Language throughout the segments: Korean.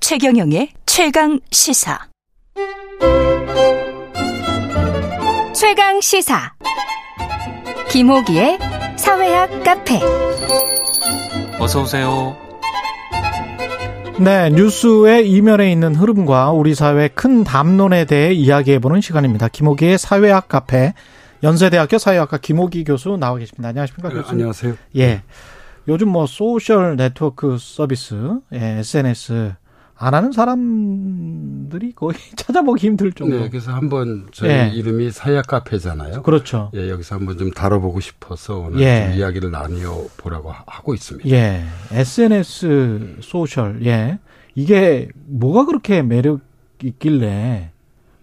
최경영의 최강 시사. 최강 시사 김호기의 사회학 카페 어서 오세요. 네, 뉴스의 이면에 있는 흐름과 우리 사회의 큰 담론에 대해 이야기해보는 시간입니다. 김호기의 사회학 카페, 연세대학교 사회학과 김호기 교수 나와 계십니다. 안녕하십니까, 교수님. 아, 네, 안녕하세요. 예. 요즘 뭐 소셜 네트워크 서비스, 예, SNS 안 하는 사람들이 거의 찾아보기 힘들 정도. 네, 그래서 한번 저희 예. 이름이 사약 카페잖아요. 그렇죠. 예, 여기서 한번 좀 다뤄보고 싶어서 오늘 예. 좀 이야기를 나누어 보라고 하- 하고 있습니다. 예. SNS 소셜, 예. 이게 뭐가 그렇게 매력 있길래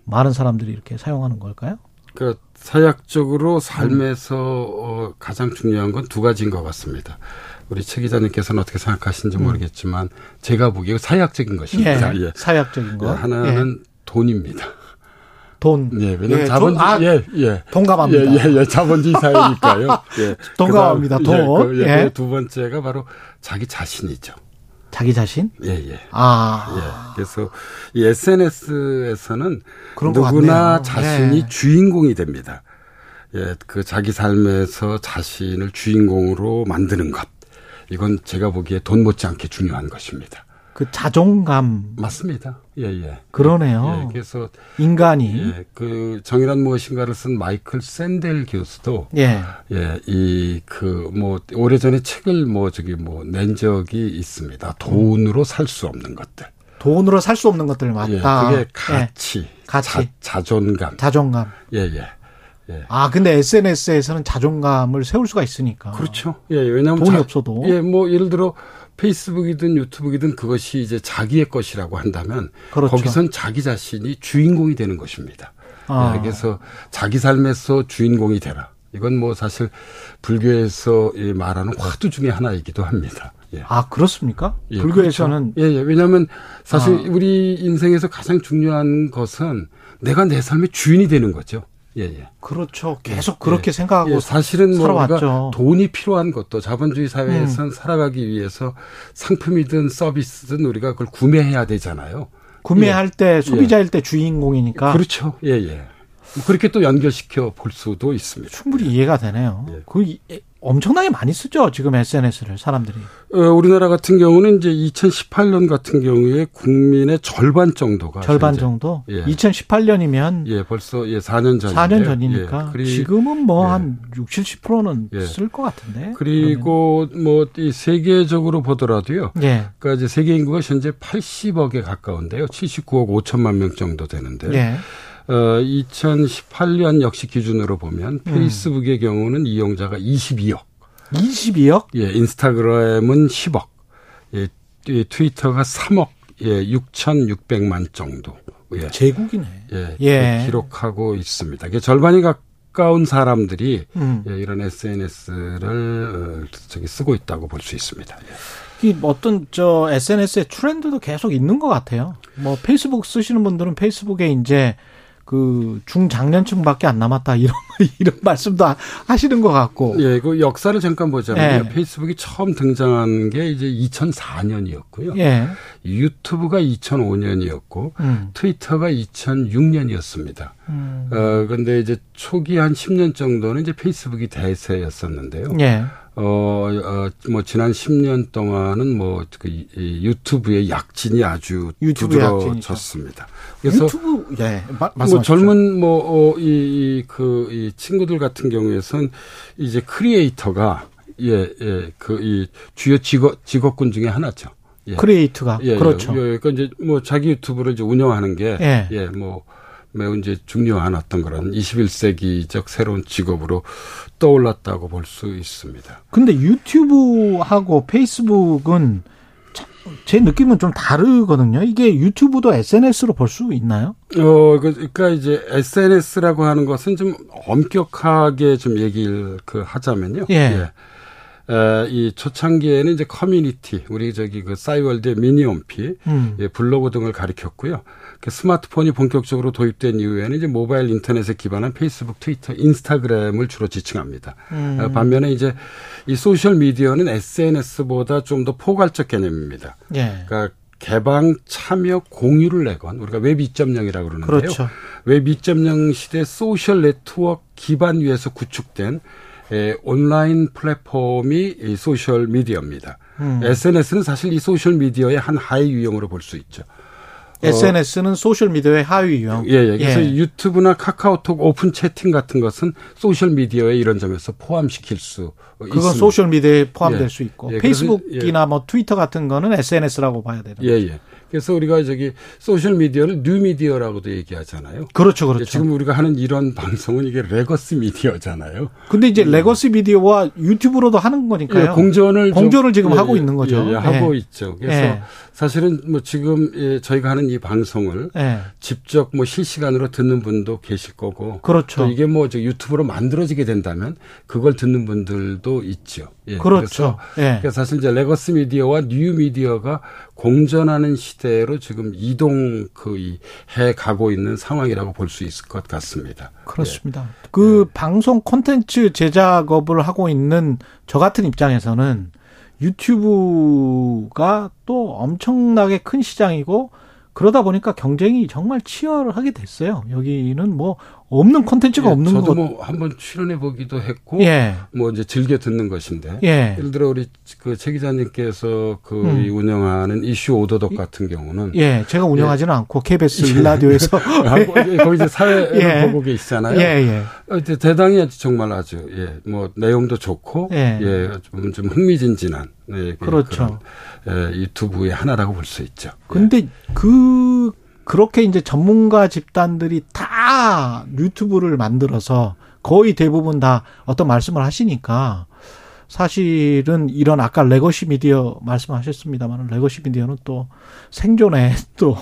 많은 사람들이 이렇게 사용하는 걸까요? 그러니까 사약적으로 삶에서 어, 가장 중요한 건 두 가지인 것 같습니다. 우리 최 기자님께서는 어떻게 생각하시는지 모르겠지만 제가 보기에 사약적인 것입니다. 예. 사회학적인 거. 예. 하나는 돈입니다. 돈. 예, 왜냐면 예, 자본주의, 돈, 아, 예, 예. 동감합니다. 예, 예, 예. 자본주의 사회니까요. 예. 동감합니다. 그다음, 예, 돈. 그, 예, 예. 그두 번째가 바로 자기 자신이죠. 자기 자신? 예, 예. 아. 예. 그래서 이 SNS에서는 그런 것 같네요. 누구나 자신이 예. 주인공이 됩니다. 예, 그 자기 삶에서 자신을 주인공으로 만드는 것. 이건 제가 보기에 돈 못지않게 중요한 것입니다. 그 자존감. 맞습니다. 예, 예. 그러네요. 예, 그래서 인간이. 예, 그 정의란 무엇인가를 쓴 마이클 샌델 교수도 예. 예, 이, 그, 뭐, 오래전에 책을 뭐, 저기, 뭐, 낸 적이 있습니다. 돈으로 살 수 없는 것들. 돈으로 살 수 없는 것들 예, 맞다. 그게 예. 가치. 가치. 자, 존감 자존감. 예, 예. 예. 아, 근데 SNS에서는 자존감을 세울 수가 있으니까. 그렇죠. 예, 왜냐면. 아. 돈이 없어도. 예, 뭐, 예를 들어, 페이스북이든 유튜브이든 그것이 이제 자기의 것이라고 한다면. 그렇죠. 거기선 자기 자신이 주인공이 되는 것입니다. 아. 예, 그래서 자기 삶에서 주인공이 되라. 이건 뭐 사실 불교에서 이 말하는 화두 중에 하나이기도 합니다. 예. 아, 그렇습니까? 예, 불교에서는 그렇죠. 예, 예. 왜냐하면 사실 아. 우리 인생에서 가장 중요한 것은 내가 내 삶의 주인이 되는 거죠. 예, 예. 그렇죠. 계속 그렇게 생각하고 예, 사실은 뭐 살아왔죠. 음. 우리가 돈이 필요한 것도 자본주의 사회에선 살아가기 위해서 상품이든 서비스든 우리가 그걸 구매해야 되잖아요. 구매할 때 소비자일 때 주인공이니까 예. 그렇죠. 예, 예. 뭐 그렇게 또 연결시켜 볼 수도 있습니다. 충분히 이해가 되네요. 예. 그 이- 엄청나게 많이 쓰죠. 지금 SNS를 사람들이. 어, 우리나라 같은 경우는 이제 2018년 같은 경우에 국민의 절반 정도가 절반 현재- 정도. 예. 2018년이면 예, 벌써 예, 4년 예, 전 4년 전이니까 지금은 뭐 한 60, 70%는 예. 쓸 것 같은데. 그리고 뭐 이 세계적으로 보더라도요. 그러면. 예. 그러니까 이제 세계 인구가 현재 80억에 가까운데요. 79억 5천만 명 정도 되는데. 예. 어 2018년 역시 기준으로 보면 페이스북의 경우는 이용자가 22억. 22억? 예, 인스타그램은 10억. 예, 이 트위터가 3억. 예, 6,600만 정도. 예. 제국이네. 예, 예. 기록하고 있습니다. 이게 절반이 가까운 사람들이 음. 예, 이런 SNS를 어, 저기 쓰고 있다고 볼 수 있습니다. 예. 이 어떤 저 SNS의 트렌드도 계속 있는 것 같아요. 뭐 페이스북 쓰시는 분들은 페이스북에 이제 그 중장년층밖에 안 남았다 이런 이런 말씀도 하- 하시는 것 같고. 예, 그 역사를 잠깐 보자면 예. 요 페이스북이 처음 등장한 게 이제 2004년이었고요. 예. 유튜브가 2005년이었고 음. 트위터가 2006년이었습니다. 음. 어 근데 이제 초기 한 10년 정도는 이제 페이스북이 대세였었는데요. 예. 어뭐 지난 10년 동안은 뭐그 유튜브의 약진이 아주 유튜브의 두드러졌습니다. 그래서 유튜브 예. 마, 뭐 말씀하십시오. 젊은 뭐이그이 친구들 같은 경우에선 이제 크리에이터가 예예그 이 주요 직업 직업군 중에 하나죠. 예. 크리에이트가 예, 그, 그렇죠. 예, 그러니까 이제 뭐 자기 유튜브를 이제 운영하는 게 예. 예. 뭐 매우 이제 중요한 어떤 그런 21세기적 새로운 직업으로 떠올랐다고 볼 수 있습니다. 근데 유튜브하고 페이스북은 참- 제 느낌은 좀 다르거든요. 이게 유튜브도 SNS로 볼 수 있나요? 어, 그- 그러니까 이제 SNS라고 하는 것은 좀 엄격하게 좀 얘기를 그 하자면요. 예. 에, 이 초창기에는 이제 커뮤니티, 우리 저기 그 싸이월드의 미니홈피, 음. 예, 블로그 등을 가리켰고요. 그 스마트폰이 본격적으로 도입된 이후에는 이제 모바일 인터넷에 기반한 페이스북, 트위터, 인스타그램을 주로 지칭합니다. 음. 어, 반면에 이제 이 소셜 미디어는 SNS보다 좀 더 포괄적 개념입니다. 예. 그러니까 개방 참여 공유를 내건 우리가 웹 2.0이라고 그러는데요. 그렇죠. 웹 2.0 시대 소셜 네트워크 기반 위에서 구축된 에, 온라인 플랫폼이 이 소셜 미디어입니다. 음. SNS는 사실 이 소셜 미디어의 한 하위 유형으로 볼 수 있죠. 어, SNS는 소셜 미디어의 하위 유형. 예, 예. 그래서 유튜브나 카카오톡 오픈 채팅 같은 것은 소셜 미디어의 이런 점에서 포함시킬 수 있습니다. 그건 소셜 미디어에 포함될 예. 수 있고 예, 그래서- 페이스북이나 뭐 트위터 같은 거는 SNS라고 봐야 되는. 예, 예. 그래서 우리가 저기 소셜 미디어를 뉴 미디어라고도 얘기하잖아요. 그렇죠, 그렇죠. 예, 뭐 지금 우리가 하는 이런 방송은 이게 레거스 미디어잖아요. 근데 이제 레거시 미디어와 유튜브로도 하는 거니까요. 예, 공존을 좀- 공존을 지금 예, 하고 예, 있는 거죠. 예, 예, 하고 있죠. 그래서 예. 사실은 뭐 지금 예, 저희가 하는 이 방송을 예. 직접 뭐 실시간으로 듣는 분도 계실 거고 그렇죠. 또 이게 뭐 저 유튜브로 만들어지게 된다면 그걸 듣는 분들도 있죠. 예, 그렇죠. 그래서 예. 그러니까 사실 이제 레거스 미디어와 뉴 미디어가 공존하는 시대로 지금 이동 그해 가고 있는 상황이라고 볼 수 있을 것 같습니다. 그렇습니다. 그 방송 콘텐츠 제작업을 하고 있는 저 같은 입장에서는 유튜브가 또 엄청나게 큰 시장이고 그러다 보니까 경쟁이 정말 치열하게 됐어요. 여기는 뭐 없는 콘텐츠가 예, 없는 저도 것. 뭐 한번 출연해 보기도 했고 예. 뭐 이제 즐겨 듣는 것인데 예. 예를 들어 우리 그 최 기자님께서 그 음. 이 운영하는 이슈 오도독 같은 경우는 예. 제가 운영하지는 않고 KBS 일라디오에서 한국- 거기 이제 사회를 예. 보고 예, 계시잖아요. 예. 어, 이제 대단히 아주 정말 아주 예, 뭐 내용도 좋고 예. 예, 좀, 좀 흥미진진한 예, 그렇죠. 그런, 예, 유튜브의 하나라고 볼 수 있죠. 예. 근데 그 그렇게 이제 전문가 집단들이 다 유튜브를 만들어서 거의 대부분 다 어떤 말씀을 하시니까 사실은 이런 아까 레거시 미디어 말씀하셨습니다만 레거시 미디어는 또 생존에 또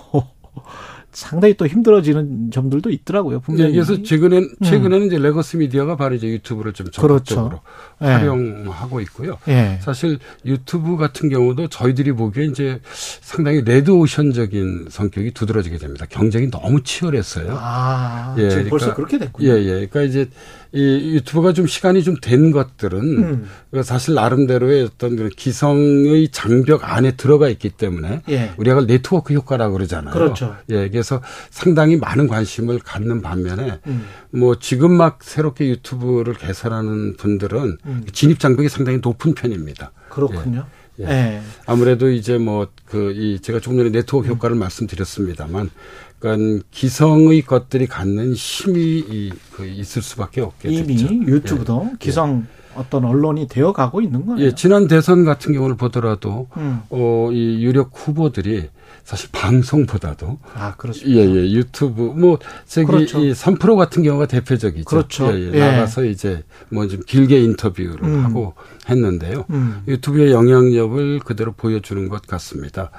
상당히 또 힘들어지는 점들도 있더라고요. 예, 분명히. 그래서 최근엔 최근에는 이제 레거스 미디어가 바로 이제 유튜브를 좀 음. 그렇죠. 적극적으로 예. 활용하고 있고요. 예. 사실 유튜브 같은 경우도 저희들이 보기에 이제 상당히 레드오션적인 성격이 두드러지게 됩니다. 경쟁이 너무 치열했어요. 아, 예, 지금 벌써 그러니까- 그렇게 됐군요. 예, 예. 그러니까 이제 이 유튜브가 좀 시간이 좀 된 것들은 음. 그러니까 사실 나름대로의 어떤 그런 기성의 장벽 안에 들어가 있기 때문에 예. 우리가 그걸 네트워크 효과라고 그러잖아요. 그렇죠. 예, 그래서 상당히 많은 관심을 갖는 반면에 음. 뭐 지금 막 새롭게 유튜브를 개설하는 분들은 음. 진입 장벽이 상당히 높은 편입니다. 그렇군요. 예, 예. 예. 아무래도 이제 뭐 그 이 제가 조금 전에 네트워크 음. 효과를 말씀드렸습니다만, 그러니까 기성의 것들이 갖는 힘이 이, 그 있을 수밖에 없겠죠. 그렇죠? 이미 유튜브도 기성 어떤 언론이 되어 가고 있는 거예요. 예, 지난 대선 같은 경우를 보더라도 음. 어 이 유력 후보들이 사실 방송보다도 아, 그렇습니다. 예, 예, 유튜브 뭐 저기 그렇죠. 이 3프로 같은 경우가 대표적이죠. 그렇죠. 예, 예, 예. 나가서 이제 뭐 좀 길게 인터뷰를 음. 하고 했는데요. 음. 유튜브의 영향력을 그대로 보여주는 것 같습니다.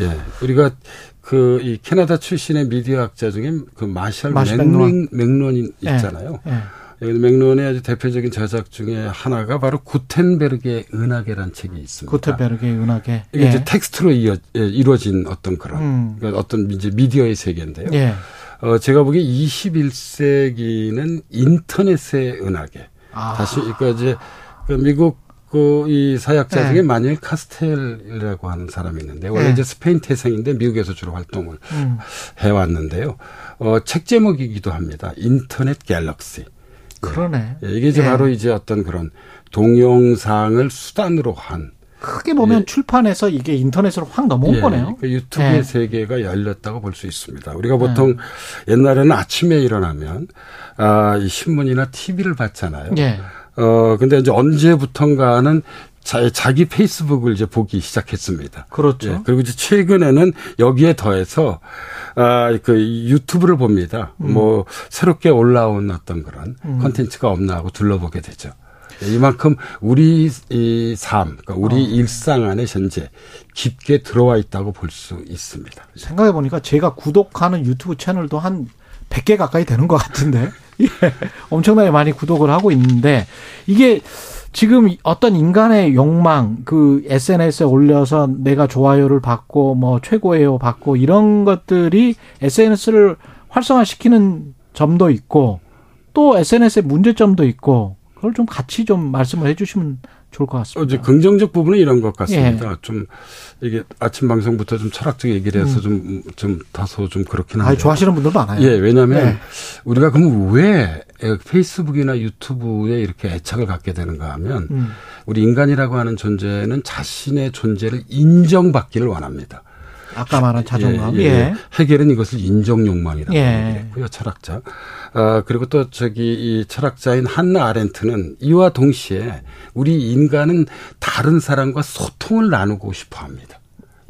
예. 우리가 그 이 캐나다 출신의 미디어학자 중에 그 마샬 마샬 맥론, 맥론이 있잖아요. 예. 예. 맥론의 아주 대표적인 저작 중에 하나가 바로 구텐베르의 은하계란 책이 있습니다. 구테베르의 은하계. 이게 이제 텍스트로 이어, 예, 이루어진 어떤 그런 예. 음. 그러니까 어떤 이제 미디어의 세계인데요. 예. 어, 제가 보기에 21세기는 인터넷의 은하계. 아. 다시, 그러니까 이제, 그 미국 그 이 사약자 네. 중에 마뉴엘 카스텔이라고 하는 사람이 있는데, 원래 네. 이제 스페인 태생인데 미국에서 주로 활동을 음. 해왔는데요. 어, 책 제목이기도 합니다. 인터넷 갤럭시. 그러네. 예, 이게 이제 예. 바로 이제 어떤 그런 동영상을 수단으로 한 크게 보면 출판에서 이게 인터넷으로 확 넘어온 예, 거네요. 네. 그 유튜브의 예. 세계가 열렸다고 볼 수 있습니다. 우리가 보통 옛날에는 아침에 일어나면 아, 이 신문이나 TV를 봤잖아요. 예. 어, 근데 이제 언제부턴가는 자, 자기 페이스북을 이제 보기 시작했습니다. 그렇죠. 예, 그리고 이제 최근에는 여기에 더해서 아, 그 유튜브를 봅니다. 뭐 새롭게 올라온 어떤 그런 컨텐츠가 없나 하고 둘러보게 되죠. 예, 이만큼 우리 이 삶, 그러니까 우리 일상 안에 현재 깊게 들어와 있다고 볼 수 있습니다. 생각해 보니까 제가 구독하는 유튜브 채널도 한 100개 가까이 되는 것 같은데. 예. 엄청나게 많이 구독을 하고 있는데 이게 지금 어떤 인간의 욕망, 그 SNS에 올려서 내가 좋아요를 받고 뭐 최고예요 받고 이런 것들이 SNS를 활성화시키는 점도 있고 또 SNS의 문제점도 있고 그걸 좀 같이 좀 말씀을 해주시면 좋을 것 같습니다. 어, 이제 긍정적 부분은 이런 것 같습니다. 예. 좀 이게 아침 방송부터 좀 철학적 얘기를 해서 좀좀 음. 다소 좀 그렇긴 한데. 아, 좋아하시는 분들 많아요. 예, 왜냐하면 예. 우리가 그럼 왜 페이스북이나 유튜브에 이렇게 애착을 갖게 되는가 하면 음. 우리 인간이라고 하는 존재는 자신의 존재를 인정받기를 원합니다. 아까 말한 자존감. 예, 예. 해결은 이것을 인정 욕망이라고 얘기했고요. 철학자. 아, 그리고 또 저기 이 철학자인 한나 아렌트는 이와 동시에 우리 인간은 다른 사람과 소통을 나누고 싶어 합니다.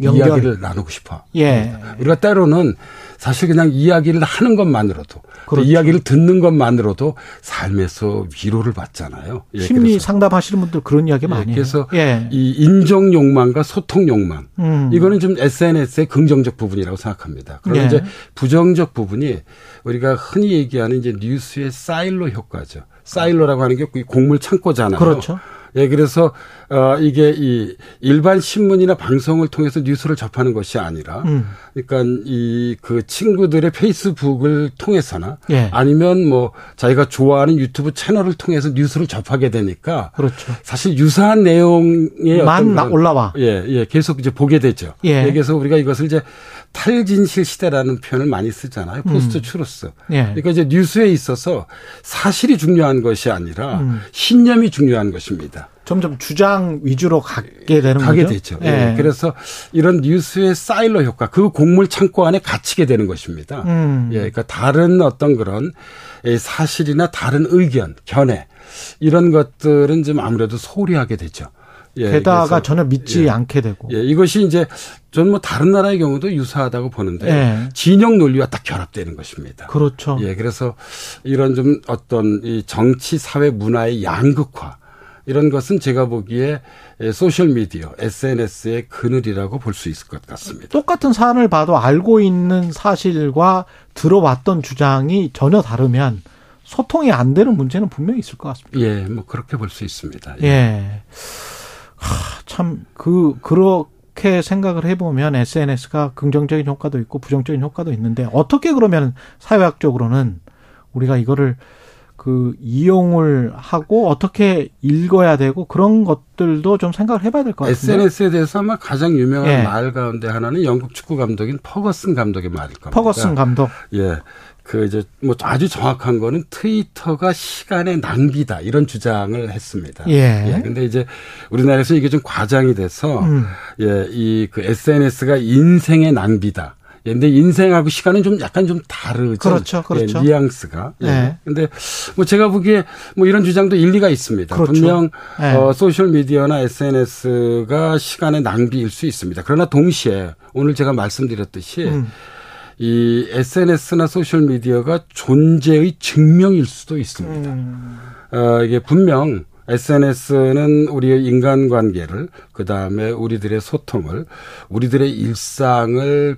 연결. 이야기를 나누고 싶어. 예. 우리가 때로는 사실 그냥 이야기를 하는 것만으로도 그렇죠. 이야기를 듣는 것만으로도 삶에서 위로를 받잖아요. 예, 심리 상담하시는 분들 그런 이야기 많이 해요. 그래서 예. 이 인정 욕망과 소통 욕망 음. 이거는 좀 SNS의 긍정적 부분이라고 생각합니다. 그리고 네. 예. 이제 부정적 부분이 우리가 흔히 얘기하는 이제 뉴스의 사일로 효과죠. 사일로라고 하는 게 곡물 창고잖아요. 그렇죠. 예, 그래서 어 이게 이 일반 신문이나 방송을 통해서 뉴스를 접하는 것이 아니라, 음. 그러니까 이 그 친구들의 페이스북을 통해서나 예. 아니면 뭐 자기가 좋아하는 유튜브 채널을 통해서 뉴스를 접하게 되니까, 그렇죠. 사실 유사한 내용의 만 어떤 올라와, 예, 예, 계속 이제 보게 되죠. 예. 예 그래서 우리가 이것을 이제 탈진실 시대라는 표현을 많이 쓰잖아요. 포스트 음. 추로스. 예. 그러니까 이제 뉴스에 있어서 사실이 중요한 것이 아니라 음. 신념이 중요한 것입니다. 점점 주장 위주로 가게 되는 가게 거죠? 되죠. 예. 예. 그래서 이런 뉴스의 사일러 효과, 그 곡물 창고 안에 갇히게 되는 것입니다. 음. 예, 그러니까 다른 어떤 그런 사실이나 다른 의견, 견해 이런 것들은 좀 아무래도 소홀히 하게 되죠. 예, 게다가 전혀 믿지 예, 않게 되고. 예, 이것이 이제 저는 뭐 다른 나라의 경우도 유사하다고 보는데 예. 진영 논리와 딱 결합되는 것입니다. 그렇죠. 예, 그래서 이런 좀 어떤 이 정치 사회 문화의 양극화 이런 것은 제가 보기에 예, 소셜 미디어 SNS의 그늘이라고 볼 수 있을 것 같습니다. 똑같은 사안을 봐도 알고 있는 사실과 들어왔던 주장이 전혀 다르면 소통이 안 되는 문제는 분명히 있을 것 같습니다. 예, 뭐 그렇게 볼 수 있습니다. 예. 참그 그렇게 생각을 해보면 SNS가 긍정적인 효과도 있고 부정적인 효과도 있는데 어떻게 그러면 사회학적으로는 우리가 이거를 그 이용을 하고 어떻게 읽어야 되고 그런 것들도 좀 생각을 해봐야 될 것 같아요. SNS에 대해서 아마 가장 유명한 예. 말 가운데 하나는 영국 축구 감독인 퍼거슨 감독의 말일 겁니다. 퍼거슨 감독. 예. 그 이제 뭐 아주 정확한 거는 트위터가 시간의 낭비다 이런 주장을 했습니다. 예. 예 근데 이제 우리나라에서 이게 좀 과장이 돼서 음. 예, 이 그 SNS가 인생의 낭비다. 예, 근데 인생하고 시간은 좀 약간 좀 다르죠. 그렇죠. 그렇죠. 예, 뉘앙스가. 예. 네. 근데 뭐 제가 보기에 뭐 이런 주장도 일리가 있습니다. 그렇죠. 분명 네. 어, 소셜 미디어나 SNS가 시간의 낭비일 수 있습니다. 그러나 동시에 오늘 제가 말씀드렸듯이 음. 이 SNS나 소셜 미디어가 존재의 증명일 수도 있습니다. 음. 어, 이게 분명 SNS는 우리의 인간관계를 그 다음에 우리들의 소통을 우리들의 일상을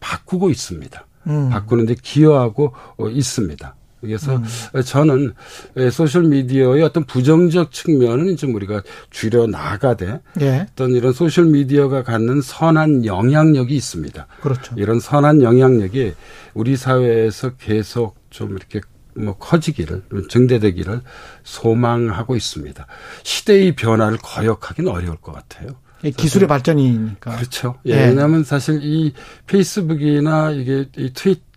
바꾸고 있습니다. 음. 바꾸는데 기여하고 어, 있습니다. 그래서 음. 저는 예, 소셜 미디어의 어떤 부정적 측면은 좀 우리가 줄여 나가되 예. 어떤 이런 소셜 미디어가 갖는 선한 영향력이 있습니다. 그렇죠. 이런 선한 영향력이 우리 사회에서 계속 좀 이렇게 뭐 커지기를 증대되기를 소망하고 있습니다. 시대의 변화를 거역하기는 어려울 것 같아요. 예, 기술의 발전이니까. 그렇죠. 예. 네. 예. 왜냐하면 사실 이 페이스북이나 이게 이 트윗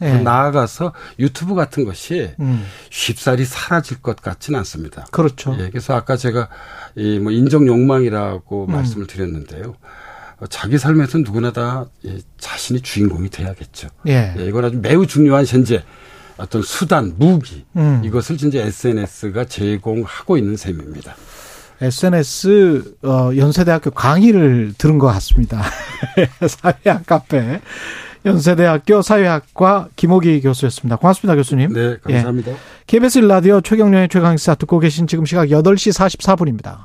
예. 네. 나아가서 유튜브 같은 것이 음. 쉽사리 사라질 것 같지는 않습니다. 그렇죠. 예, 그래서 아까 제가 이 뭐 인정 욕망이라고 음. 말씀을 드렸는데요. 어, 자기 삶에서 누구나 다 예, 자신이 주인공이 돼야겠죠. 예. 예 이건 아주 매우 중요한 현재 어떤 수단, 무기 음. 이것을 진짜 SNS가 제공하고 있는 셈입니다. SNS 어, 연세대학교 강의를 들은 것 같습니다. 사회학 카페. 연세대학교 사회학과 김호기 교수였습니다. 고맙습니다, 교수님. 네, 감사합니다. 예. KBS 라디오 최경련의 최강시사 듣고 계신 지금 시각 8시 44분입니다.